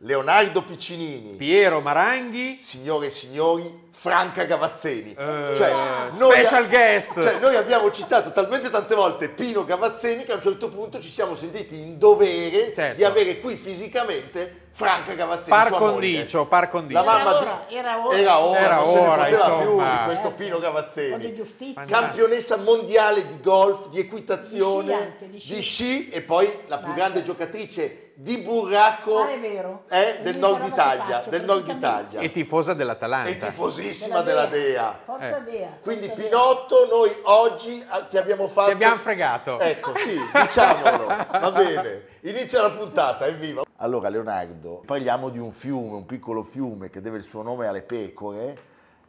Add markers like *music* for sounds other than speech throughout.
Leonardo Piccinini. Piero Maranghi, Signore e signori, Franca Gavazzeni. Cioè, Eh, a- special guest. Cioè, noi abbiamo citato talmente tante volte Pino Gavazzeni che a un certo punto ci siamo sentiti in dovere Certo. di avere qui fisicamente Franca Gavazzeni. par sua moglie. condicio, par La condicio. Era mamma ora, di... era ora. era ora, Era non se ne ora, poteva insomma. più di questo Pino Un po' di Gavazzeni. giustizia. Campionessa mondiale di golf, di equitazione, Di sci anche, di sci. di sci e poi la più Vai. grande giocatrice di burraco Ah, è vero. eh, del L'unica nord roba che Italia, faccio, del nord praticamente. Italia E tifosa e dell'Atalanta. tifosissima della Dea. Forza Eh. Dea. Quindi forza Pinotto, noi oggi ah, ti abbiamo fatto... Ti abbiamo fregato. Ecco, sì, diciamolo, va bene. Inizia la puntata, evviva. Allora, Leonardo, parliamo di un fiume, un piccolo fiume che deve il suo nome alle pecore,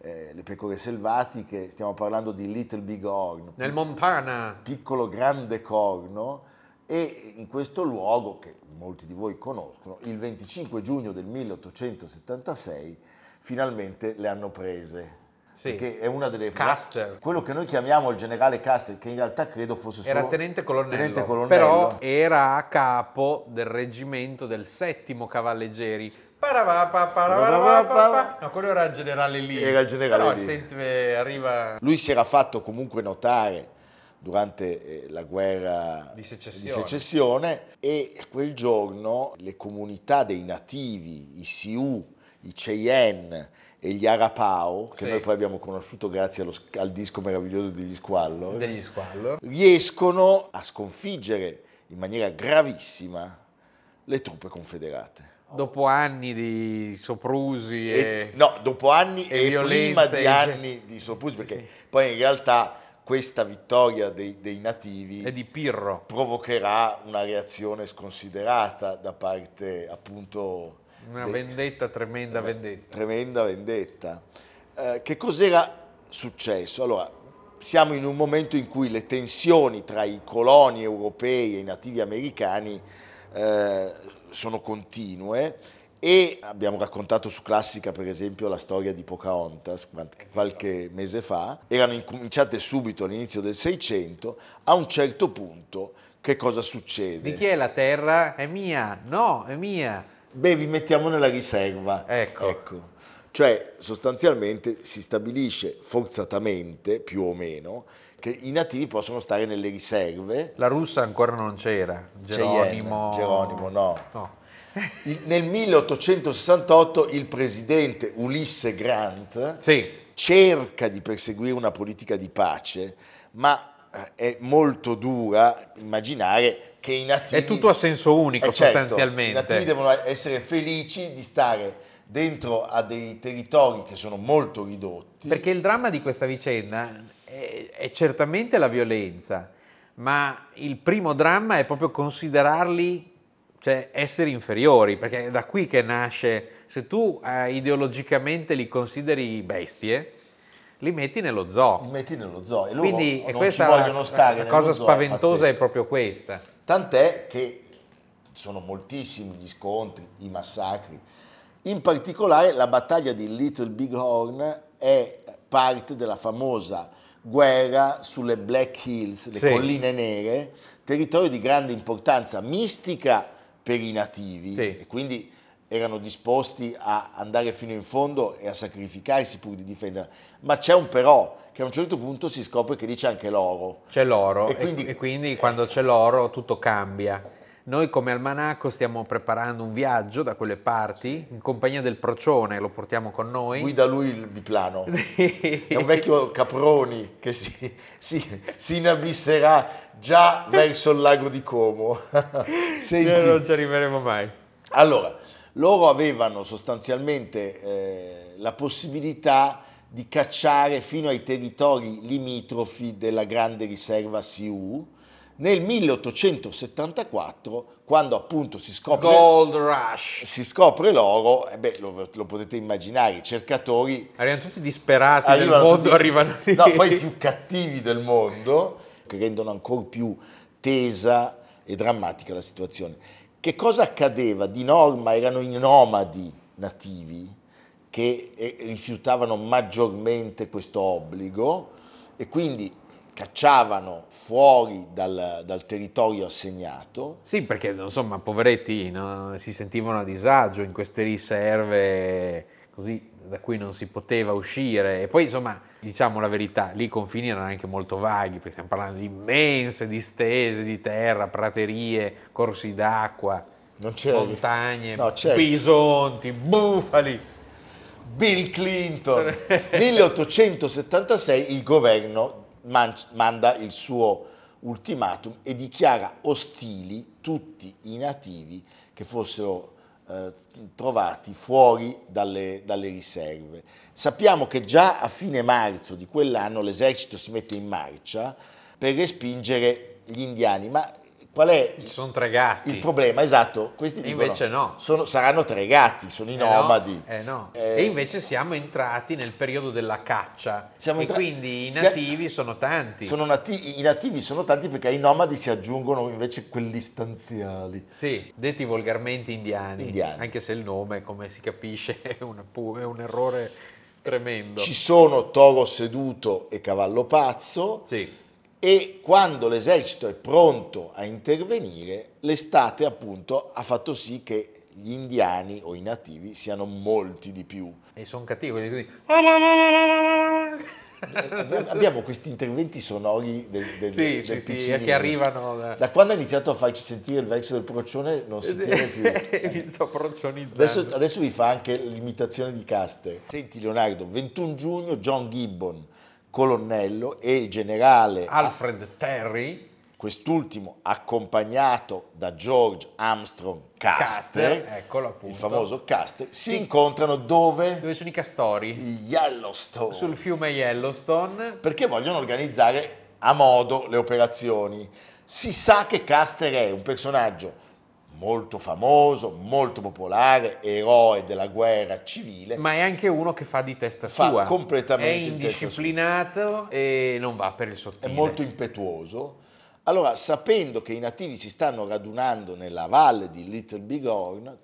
eh, le pecore selvatiche, stiamo parlando di Little Big Horn, Nel Montana. piccolo grande corno, e in questo luogo, che molti di voi conoscono, il 25 giugno del 1876 finalmente le hanno prese. Sì. Che è una delle Custer. quello che noi chiamiamo il generale Custer, che in realtà credo fosse solo Era tenente colonnello, tenente colonnello. però era a capo del reggimento del settimo cavalleggeri. Parapapa, parapapa. No, quello era il generale lì. Era il generale Però Lee. senti, eh, arriva Lui si era fatto comunque notare durante eh, la guerra Di secessione. di secessione e quel giorno le comunità dei nativi, i Sioux, i Cheyenne e gli Arapao, che Sì. noi poi abbiamo conosciuto grazie allo sc- al disco meraviglioso degli Squallor, degli squallor. riescono a sconfiggere in maniera gravissima le truppe confederate. Oh. Dopo anni di soprusi E- e... no, dopo anni e e, prima violenze, cioè. di e- anni di soprusi, perché poi in realtà questa vittoria dei, dei nativi e di Pirro. provocherà una reazione sconsiderata da parte appunto Una dei- vendetta, tremenda vendetta. tremenda vendetta. Eh, che cos'era successo? Allora, siamo in un momento in cui le tensioni tra i coloni europei e i nativi americani eh, sono continue e abbiamo raccontato su Classica per esempio la storia di Pocahontas quant- qualche mese fa, erano incominciate subito all'inizio del Seicento, a un certo punto che cosa succede? Di chi è la terra? È mia, no, è mia. Beh, vi mettiamo nella riserva. Ecco. Cioè, sostanzialmente si stabilisce forzatamente, più o meno, che i nativi possono stare nelle riserve. La russa ancora non c'era. Cheyenne, Geronimo. Geronimo, no. No. Il- nel 1868 il presidente Ulisse Grant Sì, cerca di perseguire una politica di pace, ma eh, è molto dura immaginare che i nativi... è tutto a senso unico Eh, certo, I sostanzialmente. nativi devono essere felici di stare dentro a dei territori che sono molto ridotti. Perché il dramma di questa vicenda è, è certamente la violenza, ma il primo dramma è proprio considerarli, cioè essere inferiori, perché è da qui che nasce, se tu eh, ideologicamente li consideri bestie, li metti nello zoo. li metti nello zoo e loro Quindi e non questa ci vogliono la, stare. la nello cosa zoo, spaventosa è pazzesco. proprio questa. Tant'è che sono moltissimi gli scontri, i massacri. In particolare la battaglia di Little Big Horn è parte della famosa guerra sulle Black Hills, le Sì. colline nere, territorio di grande importanza mistica per i nativi Sì. e quindi erano disposti a andare fino in fondo e a sacrificarsi pur di difenderla. Ma c'è un però, che a un certo punto si scopre che lì c'è anche l'oro. C'è l'oro E e quindi- quindi, e quindi quando c'è l'oro tutto cambia. Noi come Almanacco stiamo preparando un viaggio da quelle parti in compagnia del procione, lo portiamo con noi. Guida lui il *laughs* biplano. È un vecchio Caproni che si, *laughs* si, si inabisserà già verso il lago di Como. *laughs* Noi non Senti, ci arriveremo mai. allora, loro avevano sostanzialmente eh, la possibilità di cacciare fino ai territori limitrofi della grande riserva Sioux nel 1874, quando appunto si scopre Gold Rush. si scopre l'oro, e beh, lo, lo potete immaginare, i cercatori Arrivano tutti disperati arrivano nel mondo, tutti- arrivano lì. no, poi i più cattivi del mondo, che rendono ancora più tesa e drammatica la situazione. Che cosa accadeva? Di norma erano i nomadi nativi che eh, rifiutavano maggiormente questo obbligo e quindi cacciavano fuori dal- dal territorio assegnato Sì, perché insomma, poveretti no, si sentivano a disagio in queste riserve così da cui non si poteva uscire. E poi, insomma, diciamo la verità, lì i confini erano anche molto vaghi, perché stiamo parlando di immense distese di terra, praterie, corsi d'acqua, Non c'era- montagne, No, c'era- bisonti, bufali. Bill Clinton. 1876 il governo man- manda il suo ultimatum e dichiara ostili tutti i nativi che fossero eh, trovati fuori dalle, dalle riserve. Sappiamo che già a fine marzo di quell'anno l'esercito si mette in marcia per respingere gli indiani, ma qual è Ci sono tre gatti. il problema? Esatto, questi E dicono, invece no. sono- saranno tre gatti, sono i Eh no, nomadi. eh no. Eh, E invece siamo entrati nel periodo della caccia Siamo e entra- quindi i sia- nativi sono tanti. Sono nati- I nativi sono tanti perché ai nomadi si aggiungono invece quelli stanziali. Sì, detti volgarmente indiani, Indiani. anche se il nome, come si capisce, *laughs* è, una pu- è un errore tremendo. Ci sono toro seduto e cavallo pazzo Sì, e quando l'esercito è pronto a intervenire, l'estate appunto ha fatto sì che gli indiani o i nativi siano molti di *laughs* più. e sono cattivi, quindi... Eh, Abbiamo questi interventi sonori del, del, Sì, del sì, sì, Piccinini. che arrivano da... Da quando ha iniziato a farci sentire il verso del procione non si tiene *laughs* più. Mi sto procionizzando. Adesso, adesso vi fa anche l'imitazione di Caster. Senti Leonardo, 21 giugno John Gibbon, colonnello e il generale, Alfred Terry, quest'ultimo accompagnato da George Armstrong Caster, Caster, eccolo appunto. il famoso Caster, si incontrano dove? dove sono i castori? I Yellowstone. Sul fiume Yellowstone. Perché vogliono organizzare a modo le operazioni. Si sa che Caster è un personaggio molto famoso, molto popolare, eroe della guerra civile. Ma è anche uno che fa di testa Fa sua. completamente È di testa sua. indisciplinato e non va per il è sottile. molto impetuoso. Allora, sapendo che i nativi si stanno radunando nella valle di Little Bighorn,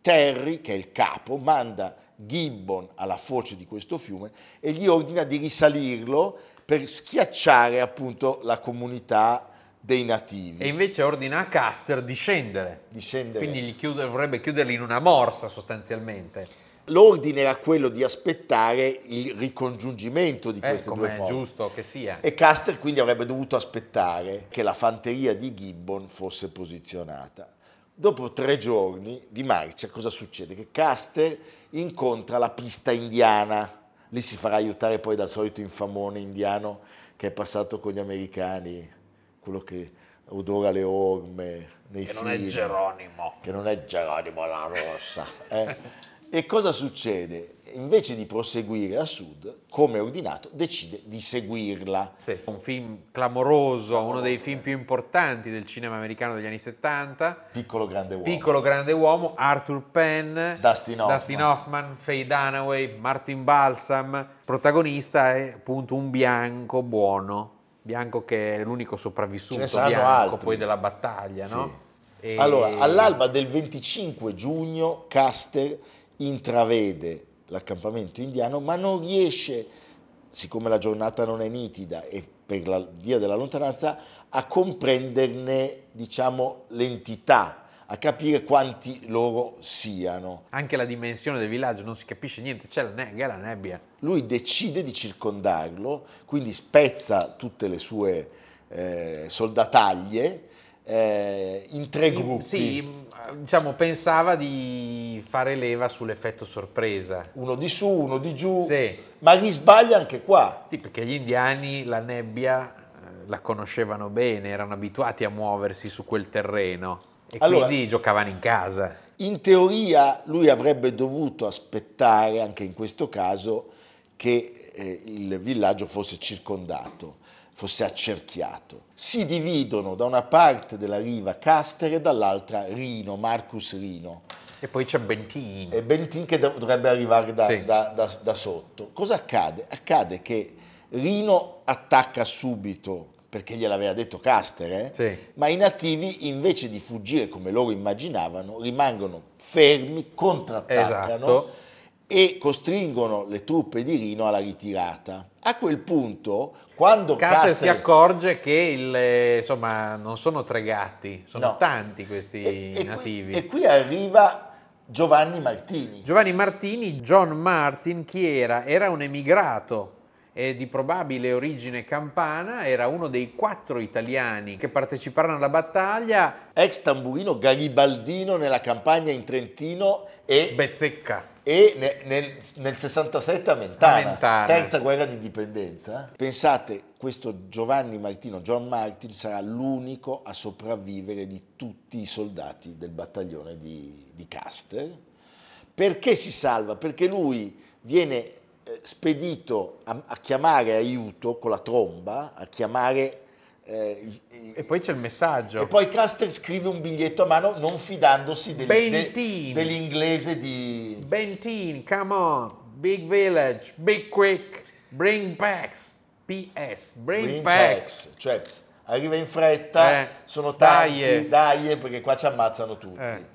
Terry, che è il capo, manda Gibbon alla foce di questo fiume e gli ordina di risalirlo per schiacciare appunto la comunità dei nativi. E invece ordina a Caster di scendere. di scendere. Quindi gli chiude- vorrebbe chiuderli in una morsa sostanzialmente. L'ordine era quello di aspettare il ricongiungimento di Eh, queste due come è forze. giusto che sia. E Caster quindi avrebbe dovuto aspettare che la fanteria di Gibbon fosse posizionata. Dopo tre giorni di marcia, cosa succede? Che Caster incontra la pista indiana. Lì si farà aiutare poi dal solito infamone indiano che è passato con gli americani, quello che odora le orme nei Che film. non è Geronimo. Che non è Geronimo la Rossa. eh. E cosa succede? Invece di proseguire a sud, come ordinato, decide di seguirla. Sì. Un film clamoroso, uno Oh, dei eh. film più importanti del cinema americano degli anni 70. Piccolo grande uomo. Piccolo grande uomo, Arthur Penn, Dustin Hoffman. Hoffman, Faye Dunaway, Martin Balsam. Protagonista è appunto un bianco buono, bianco che è l'unico Ce sopravvissuto ne saranno bianco altri. poi della battaglia, no? E- Allora, all'alba del 25 giugno, Caster intravede l'accampamento indiano, ma non riesce, siccome la giornata non è nitida e per la via della lontananza, a comprenderne, diciamo, l'entità, a capire quanti loro siano. Anche la dimensione del villaggio non si capisce niente, c'è la nebbia, la nebbia. Lui decide di circondarlo, quindi spezza tutte le sue eh, soldataglie eh, in tre gruppi. Sì, diciamo, pensava di fare leva sull'effetto sorpresa. Uno di su, uno di giù, Sì. ma risbaglia anche qua. Sì, perché gli indiani la nebbia eh, la conoscevano bene, erano abituati a muoversi su quel terreno e Allora- quindi giocavano in casa. In teoria lui avrebbe dovuto aspettare, anche in questo caso, che eh, il villaggio fosse circondato. fosse accerchiato. Si dividono da una parte della riva Castere e dall'altra Rino, Marcus Rino. E poi c'è Bentin. E Bentin che dov- dovrebbe arrivare da, Sì. da- da- da sotto. Cosa accade? Accade che Rino attacca subito, perché gliel'aveva detto Castere, eh? Sì. ma i nativi invece di fuggire come loro immaginavano, rimangono fermi, contrattaccano Esatto. e costringono le truppe di Rino alla ritirata. A quel punto, quando Caster Castere... si accorge che il, eh, insomma, non sono tre gatti, sono No. tanti questi E- e qui- nativi. e qui arriva Giovanni Martini. Giovanni Martini, John Martin, chi era? Era un emigrato eh, di probabile origine campana, era uno dei quattro italiani che parteciparono alla battaglia. ex tamburino garibaldino nella campagna in Trentino e, Bezzecca. e ne- nel, nel 67 a Mentana, A Mentana. terza guerra di indipendenza. Pensate, questo Giovanni Martino, John Martin, sarà l'unico a sopravvivere di tutti i soldati del battaglione di, di Caster. Perché si salva? Perché lui viene eh, spedito a, a chiamare aiuto con la tromba, a chiamare... eh, i- i- E poi c'è il messaggio. e poi Caster scrive un biglietto a mano non fidandosi del- de- Bentin. dell'inglese di... Bentin, come on, big village, big quick, bring packs. PS, bring, Green packs. Pax. Cioè, arriva in fretta, Eh, sono tanti, daje. dai, perché qua ci ammazzano tutti. Eh.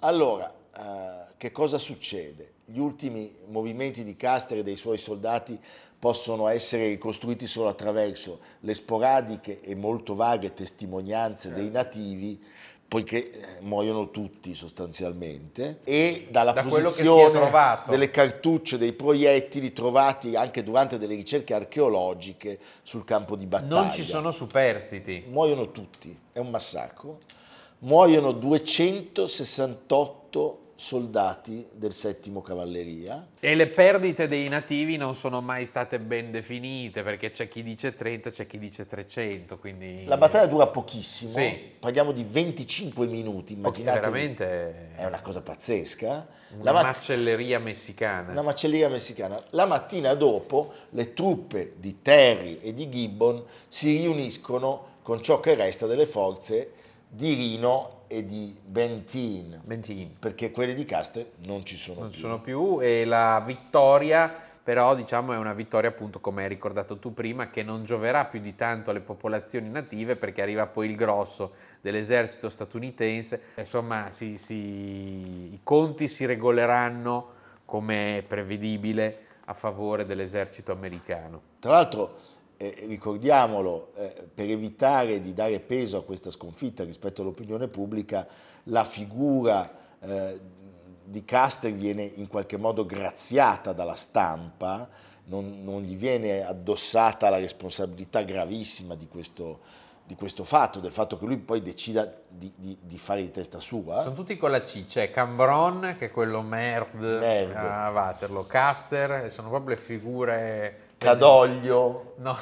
Allora, eh, che cosa succede? Gli ultimi movimenti di Caster e dei suoi soldati possono essere ricostruiti solo attraverso le sporadiche e molto vaghe testimonianze dei Certo. nativi, poiché eh, muoiono tutti sostanzialmente, e dalla Da quello che si è posizione trovato. delle cartucce, dei proiettili trovati anche durante delle ricerche archeologiche sul campo di battaglia. Non ci sono superstiti. Muoiono tutti, è un massacro. Muoiono 268 soldati del settimo cavalleria. E le perdite dei nativi non sono mai state ben definite, perché c'è chi dice 30, c'è chi dice 300, quindi... La battaglia dura pochissimo, Sì. parliamo di 25 minuti, Perché immaginate. veramente È una cosa pazzesca. una La ma- macelleria messicana. una macelleria messicana. La mattina dopo le truppe di Terry e di Gibbon si riuniscono con ciò che resta delle forze di Rino e di Bentin, Bentin, perché quelle di Castre non ci sono non più. ci sono più e la vittoria però diciamo è una vittoria appunto come hai ricordato tu prima che non gioverà più di tanto alle popolazioni native perché arriva poi il grosso dell'esercito statunitense insomma si- si- i conti si regoleranno come è prevedibile a favore dell'esercito americano Tra l'altro, eh, ricordiamolo, eh, per evitare di dare peso a questa sconfitta rispetto all'opinione pubblica, la figura eh, di Caster viene in qualche modo graziata dalla stampa, non, non gli viene addossata la responsabilità gravissima di questo, di questo fatto, del fatto che lui poi decida di, di- di fare di testa sua. Sono tutti con la C, c'è Cambron che è quello merd, Merd. a Waterloo, Caster, e sono proprio le figure... Cadoglio, No.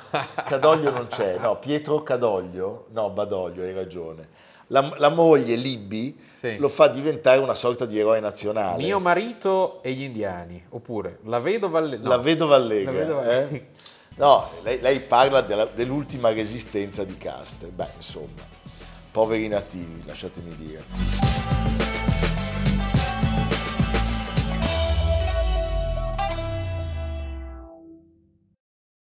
Cadoglio non c'è, no, Pietro Cadoglio, no, Badoglio, hai ragione. La, la moglie Libbi *laughs* Sì. lo fa diventare una sorta di eroe nazionale. Mio marito e gli indiani, oppure la vedova... alle- no. La vedova Allegra. La vedova Allegra. eh? No, lei, lei parla della- dell'ultima resistenza di Caster. Beh, insomma, poveri nativi, lasciatemi dire.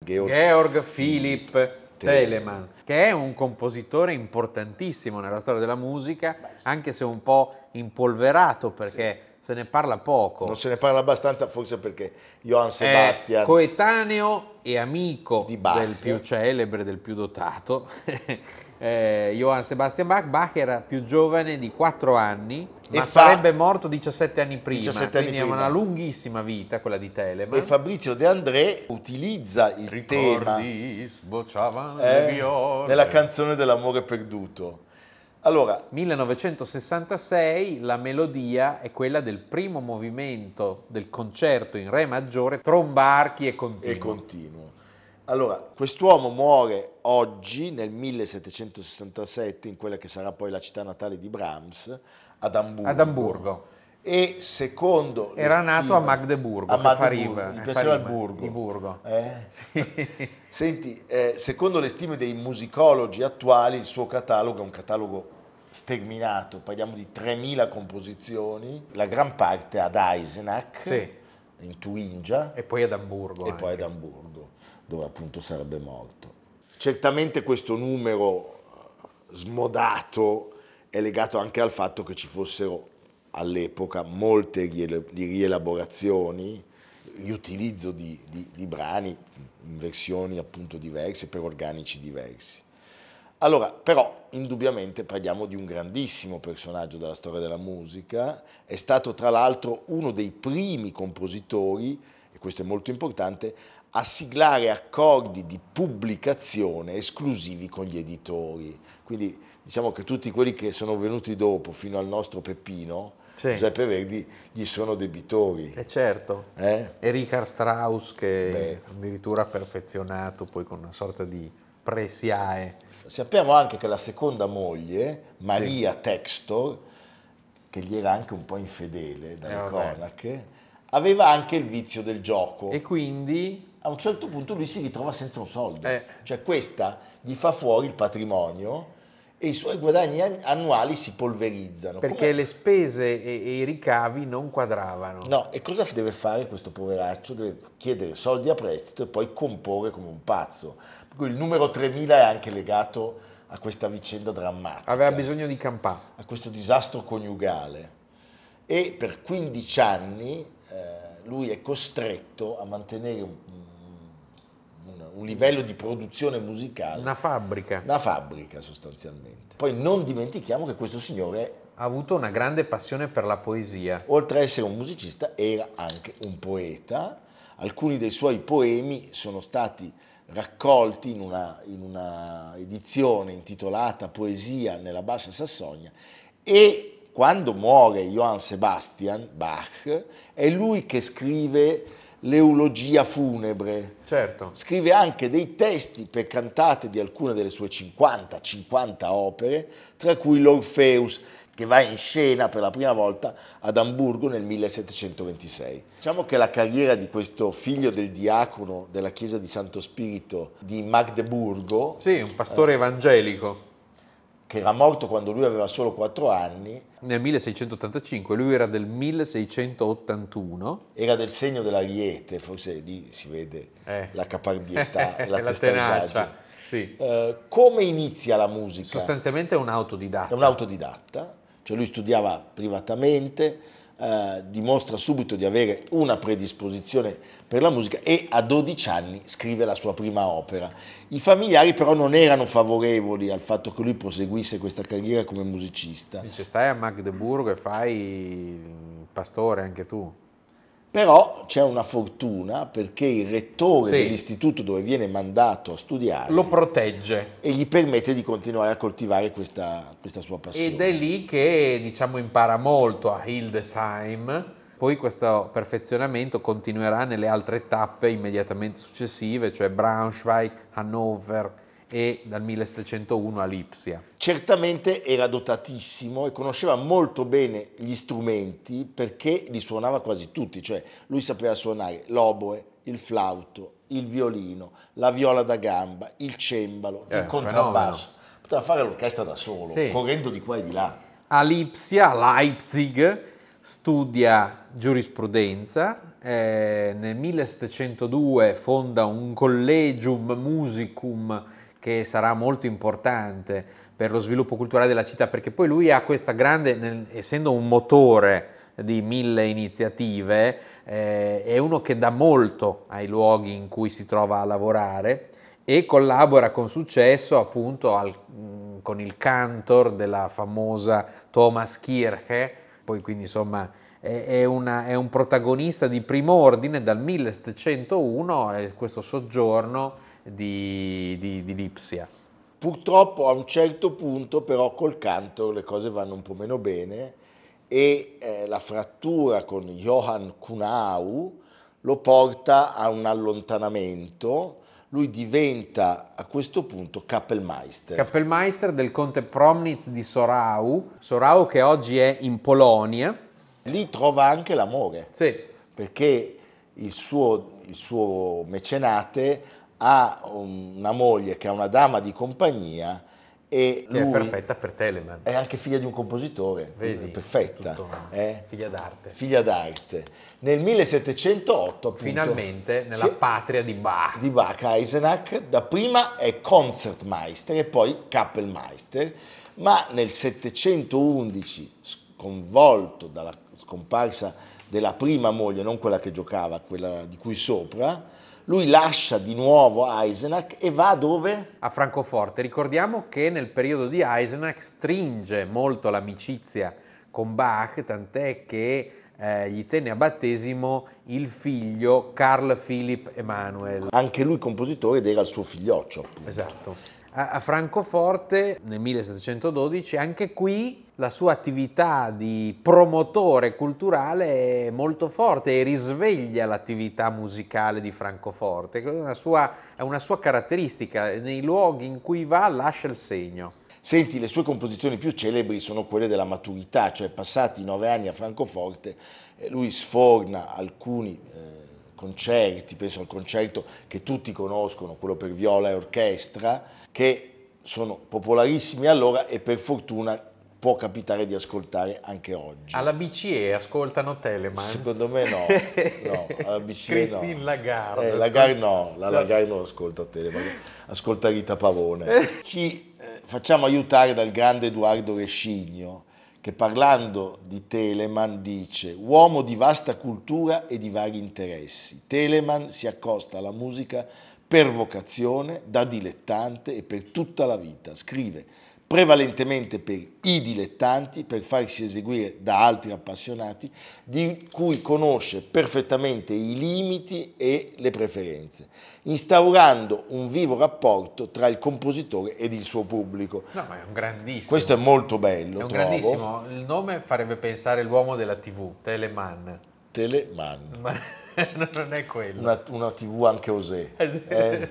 Georg Georg Philipp Telemann. Telemann, che è un compositore importantissimo nella storia della musica, anche se un po' impolverato perché se ne parla poco. Non se ne parla abbastanza, forse perché Johann È Sebastian. coetaneo e amico Di Bach. del più celebre, del più dotato, *laughs* eh, Johann Sebastian Bach. Bach era più giovane di 4 anni, E ma fa- sarebbe morto 17 anni prima, 17 anni quindi è prima. una lunghissima vita quella di e Telemann. Fabrizio De André utilizza il tema Ricordi, sbocciavano eh, le viole. nella canzone dell'amore perduto. Allora, 1966 la melodia è quella del primo movimento del concerto in re maggiore, tromba, archi e e continuo. continuo. Allora, quest'uomo muore oggi nel 1767 in quella che sarà poi la città natale di Brahms, ad Amburgo. Ad Amburgo. e secondo... le Era stime- nato a Magdeburgo, a che Magdeburgo, fariva- gli piaceva il fariva, burgo. il burgo. Eh? Sì. *laughs* Senti, eh, secondo le stime dei musicologi attuali, il suo catalogo è un catalogo sterminato, parliamo di 3.000 composizioni, la gran parte ad Eisenach, Sì. in Turingia, E poi ad Amburgo. e poi ad Amburgo, dove appunto sarebbe morto. Certamente questo numero eh, smodato è legato anche al fatto che ci fossero all'epoca molte riele- di rielaborazioni, riutilizzo di, di- di brani in versioni appunto diverse, per organici diversi. Allora, però, indubbiamente parliamo di un grandissimo personaggio della storia della musica, è stato tra l'altro uno dei primi compositori, e questo è molto importante, a siglare accordi di pubblicazione esclusivi con gli editori. Quindi diciamo che tutti quelli che sono venuti dopo fino al nostro Peppino, Sì. Giuseppe Verdi, gli sono debitori. E certo. Eh? E Richard Strauss che Beh. addirittura ha perfezionato poi con una sorta di presiae. Sappiamo anche che la seconda moglie, Maria Textor, che gli era anche un po' infedele dalle Eh, vabbè. cronache, aveva anche il vizio del gioco. E quindi A un certo punto lui si ritrova senza un soldo. Eh. Cioè questa gli fa fuori il patrimonio e i suoi guadagni an- annuali si polverizzano. perché le spese e, e i ricavi non quadravano. Come- No, e cosa deve fare questo poveraccio? Deve chiedere soldi a prestito e poi comporre come un pazzo. Per cui il numero 3000 è anche legato a questa vicenda drammatica. Aveva bisogno di campà. a questo disastro coniugale e per 15 anni eh, lui è costretto a mantenere un, un- un livello di produzione musicale, Una una, fabbrica. fabbrica sostanzialmente. Poi non dimentichiamo che questo signore, Ha avuto una grande passione per la poesia. oltre a essere un musicista, era anche un poeta. Alcuni dei suoi poemi sono stati raccolti in una, in una edizione intitolata Poesia nella Bassa Sassonia e quando muore Johann Sebastian Bach è lui che scrive l'eulogia funebre. Certo. Scrive anche dei testi per cantate di alcune delle sue 50-50 opere, tra cui l'Orpheus, che va in scena per la prima volta ad Amburgo nel 1726. Diciamo che la carriera di questo figlio del diacono della chiesa di Santo Spirito di Magdeburgo, Sì, un pastore evangelico. che era morto quando lui aveva solo 4 anni, Nel 1685, lui era del 1681. era del segno dell'ariete, forse lì si vede Eh. la *laughs* caparbietà e la, la testardaggine. tenacia. Sì. Eh, come inizia la musica? Sostanzialmente è un È autodidatta. un autodidatta, cioè lui studiava privatamente, eh, dimostra subito di avere una predisposizione per la musica e a 12 anni scrive la sua prima opera. I familiari però non erano favorevoli al fatto che lui proseguisse questa carriera come musicista, Dice, stai a Magdeburgo e fai il pastore anche tu. però c'è una fortuna perché il rettore Sì. dell'istituto dove viene mandato a studiare Lo protegge. e gli permette di continuare a coltivare questa, questa sua passione. Ed è lì che diciamo impara molto a Hildesheim. Poi questo perfezionamento continuerà nelle altre tappe immediatamente successive, cioè Braunschweig, Hannover e dal 1701 a Lipsia. Certamente era dotatissimo e conosceva molto bene gli strumenti perché li suonava quasi tutti, cioè lui sapeva suonare l'oboe, il flauto, il violino, la viola da gamba, il cembalo, Eh, il un contrabbasso. Poteva fare l'orchestra da solo, Sì. correndo di qua e di là. A Lipsia, a Leipzig, studia giurisprudenza. eh, nel 1702 fonda un collegium musicum che sarà molto importante per lo sviluppo culturale della città, perché poi lui ha questa grande, nel- essendo un motore di mille iniziative, eh, è uno che dà molto ai luoghi in cui si trova a lavorare e collabora con successo appunto al- mh, con il cantor della famosa Thomas Kirche, poi quindi insomma è, è una- è un protagonista di primo ordine dal 1701 e questo soggiorno di, di- di Lipsia. Purtroppo a un certo punto però col canto le cose vanno un po' meno bene e eh, la frattura con Johann Kunau lo porta a un allontanamento. Lui diventa a questo punto Kappelmeister. Kappelmeister del conte Promnitz di Sorau, Sorau che oggi è in Polonia. lì trova anche l'amore, Sì. perché il suo, il suo mecenate ha un- una moglie che è una dama di compagnia e Che è lui perfetta per Telemann. è anche figlia di un compositore, Vedi? è perfetta, Tutto- eh? Figlia d'arte. figlia d'arte. Nel 1708 appunto, Finalmente nella si- patria di Bach. di Bach Eisenach, da prima è Concertmeister e poi Kappelmeister, ma nel 711, sconvolto dalla scomparsa della prima moglie, non quella che giocava, quella di cui sopra, lui lascia di nuovo Eisenach e va dove? a Francoforte. Ricordiamo che nel periodo di Eisenach stringe molto l'amicizia con Bach, tant'è che eh, gli tenne a battesimo il figlio Carl Philipp Emanuel. Anche lui compositore ed era il suo figlioccio appunto. Esatto. A, a Francoforte nel 1712, anche qui la sua attività di promotore culturale è molto forte e risveglia l'attività musicale di Francoforte, che è una sua, è una sua caratteristica, nei luoghi in cui va lascia il segno. Senti, le sue composizioni più celebri sono quelle della maturità, cioè passati i nove anni a Francoforte, eh, lui sforna alcuni eh, concerti, penso al concerto che tutti conoscono, quello per viola e orchestra, che sono popolarissimi allora e per fortuna può capitare di ascoltare anche oggi. Alla BCE ascoltano Telemann. Secondo me *laughs* no, no, alla BCE no. Christine Lagarde. Eh, Lagarde no, la Lagarde non ascolta te, ascolta Rita *laughs* Pavone. Ci eh, facciamo aiutare dal grande Edoardo Rescigno che parlando di Telemann dice uomo di vasta cultura e di vari interessi. Telemann si accosta alla musica per vocazione, da dilettante e per tutta la vita. Scrive prevalentemente per i dilettanti, per farsi eseguire da altri appassionati, di cui conosce perfettamente i limiti e le preferenze, instaurando un vivo rapporto tra il compositore ed il suo pubblico. No, ma è un grandissimo. Questo è molto bello, È un trovo. grandissimo. Il nome farebbe pensare l'uomo della TV, Telemann. Telemann, Ma *laughs* non è quello. una, una tv anche osè. Eh, sì. Eh,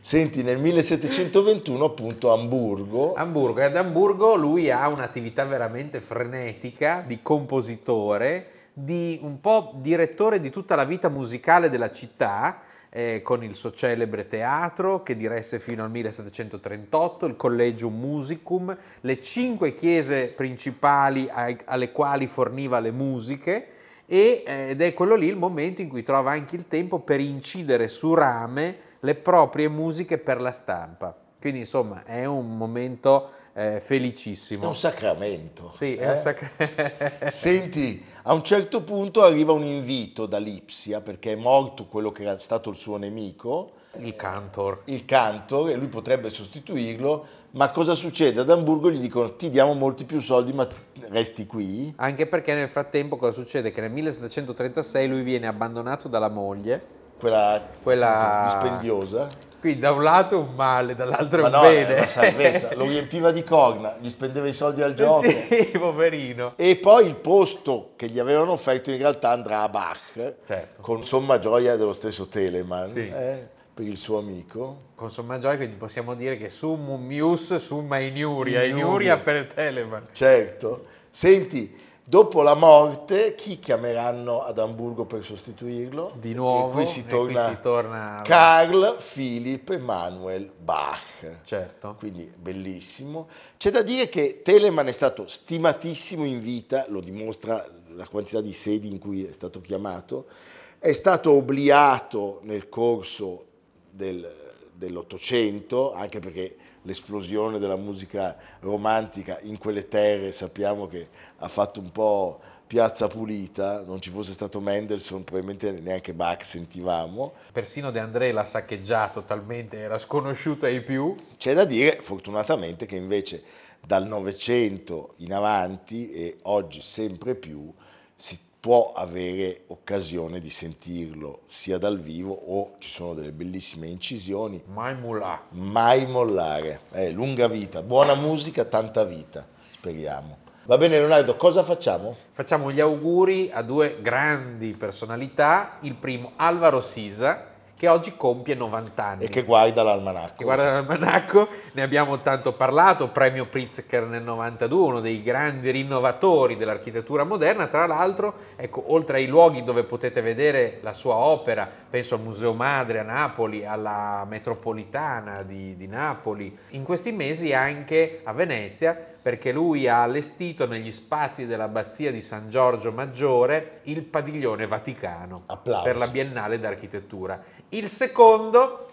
Senti, nel 1721 appunto a Amburgo, Amburgo. E ad Amburgo lui ha un'attività veramente frenetica di compositore, di un po' direttore di tutta la vita musicale della città, eh, con il suo celebre teatro che diresse fino al 1738, il Collegium Musicum, le cinque chiese principali ai- alle quali forniva le musiche. e, eh, ed è quello lì il momento in cui trova anche il tempo per incidere su rame le proprie musiche per la stampa. Quindi insomma è un momento eh, è felicissimo. un sacramento. Sì, è un eh? *laughs* sac- Senti, a un certo punto arriva un invito da Lipsia perché è morto quello che era stato il suo nemico, il cantor. il cantor, e lui potrebbe sostituirlo, ma cosa succede? Ad Amburgo gli dicono ti diamo molti più soldi ma t- resti qui. Anche perché nel frattempo cosa succede? Che nel 1736 lui viene abbandonato dalla moglie. Quella, Quella- dispendiosa. Quindi da un lato è un male, dall'altro è Ma un no, bene. è una salvezza. *laughs* Lo *laughs* riempiva di corna, gli spendeva i soldi al gioco. sì, poverino. E poi il posto che gli avevano offerto in realtà andrà a Bach, Certo. con somma gioia dello stesso Telemann, Sì. eh, per il suo amico. Con somma gioia quindi possiamo dire che sumum mius, summa iniuria, Inuria. iniuria per il Telemann. Certo. Senti, dopo la morte, chi chiameranno ad Amburgo per sostituirlo? Di nuovo, E qui si e torna, qui si torna- Carl Philipp Emanuel Bach. Certo. Quindi bellissimo. C'è da dire che Telemann è stato stimatissimo in vita, lo dimostra la quantità di sedi in cui è stato chiamato, è stato obliato nel corso del- dell'Ottocento, anche perché l'esplosione della musica romantica in quelle terre sappiamo che ha fatto un po' piazza pulita, non ci fosse stato Mendelssohn probabilmente neanche Bach sentivamo. Persino De André l'ha saccheggiato talmente, era sconosciuta ai più. C'è da dire fortunatamente che invece dal Novecento in avanti e oggi sempre più si può avere occasione di sentirlo sia dal vivo o ci sono delle bellissime incisioni, Mai mulà. mai mollare, Eh, lunga vita, buona musica, tanta vita, speriamo. Va bene Leonardo, cosa facciamo? Facciamo gli auguri a due grandi personalità, il primo Alvaro Sisa, che oggi compie 90 anni. e che guarda l'almanacco. Che guarda l'almanacco, ne abbiamo tanto parlato, premio Pritzker nel 92, uno dei grandi rinnovatori dell'architettura moderna, tra l'altro, ecco, oltre ai luoghi dove potete vedere la sua opera, penso al Museo Madre a Napoli, alla Metropolitana di, di Napoli, in questi mesi anche a Venezia, perché lui ha allestito negli spazi dell'Abbazia di San Giorgio Maggiore il padiglione Vaticano Applausi. per la Biennale d'Architettura. Il secondo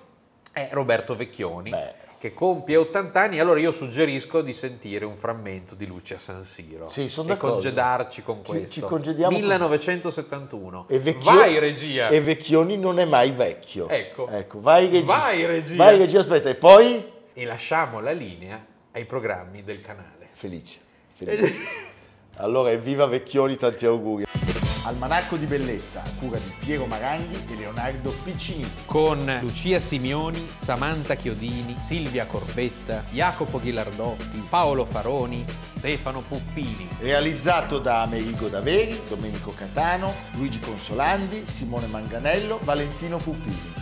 è Roberto Vecchioni, Beh. che compie 80 anni. Allora io suggerisco di sentire un frammento di Lucia San Siro Sì, sono e d'accordo. congedarci con Ci- questo. ci congediamo con- 1971. E Vecchio- Vai regia! E Vecchioni non è mai vecchio. Ecco. vai regia. Vai, regia. Vai regia, aspetta, e poi? E lasciamo la linea ai programmi del canale. Felice. felice. allora, evviva Vecchioni, tanti auguri. Almanacco di bellezza, a cura di Piero Maranghi e Leonardo Piccini. con Lucia Simioni, Samantha Chiodini, Silvia Corbetta, Jacopo Ghilardotti, Paolo Faroni, Stefano Puppini. Realizzato da Amerigo Daveri, Domenico Catano, Luigi Consolandi, Simone Manganello, Valentino Pupini.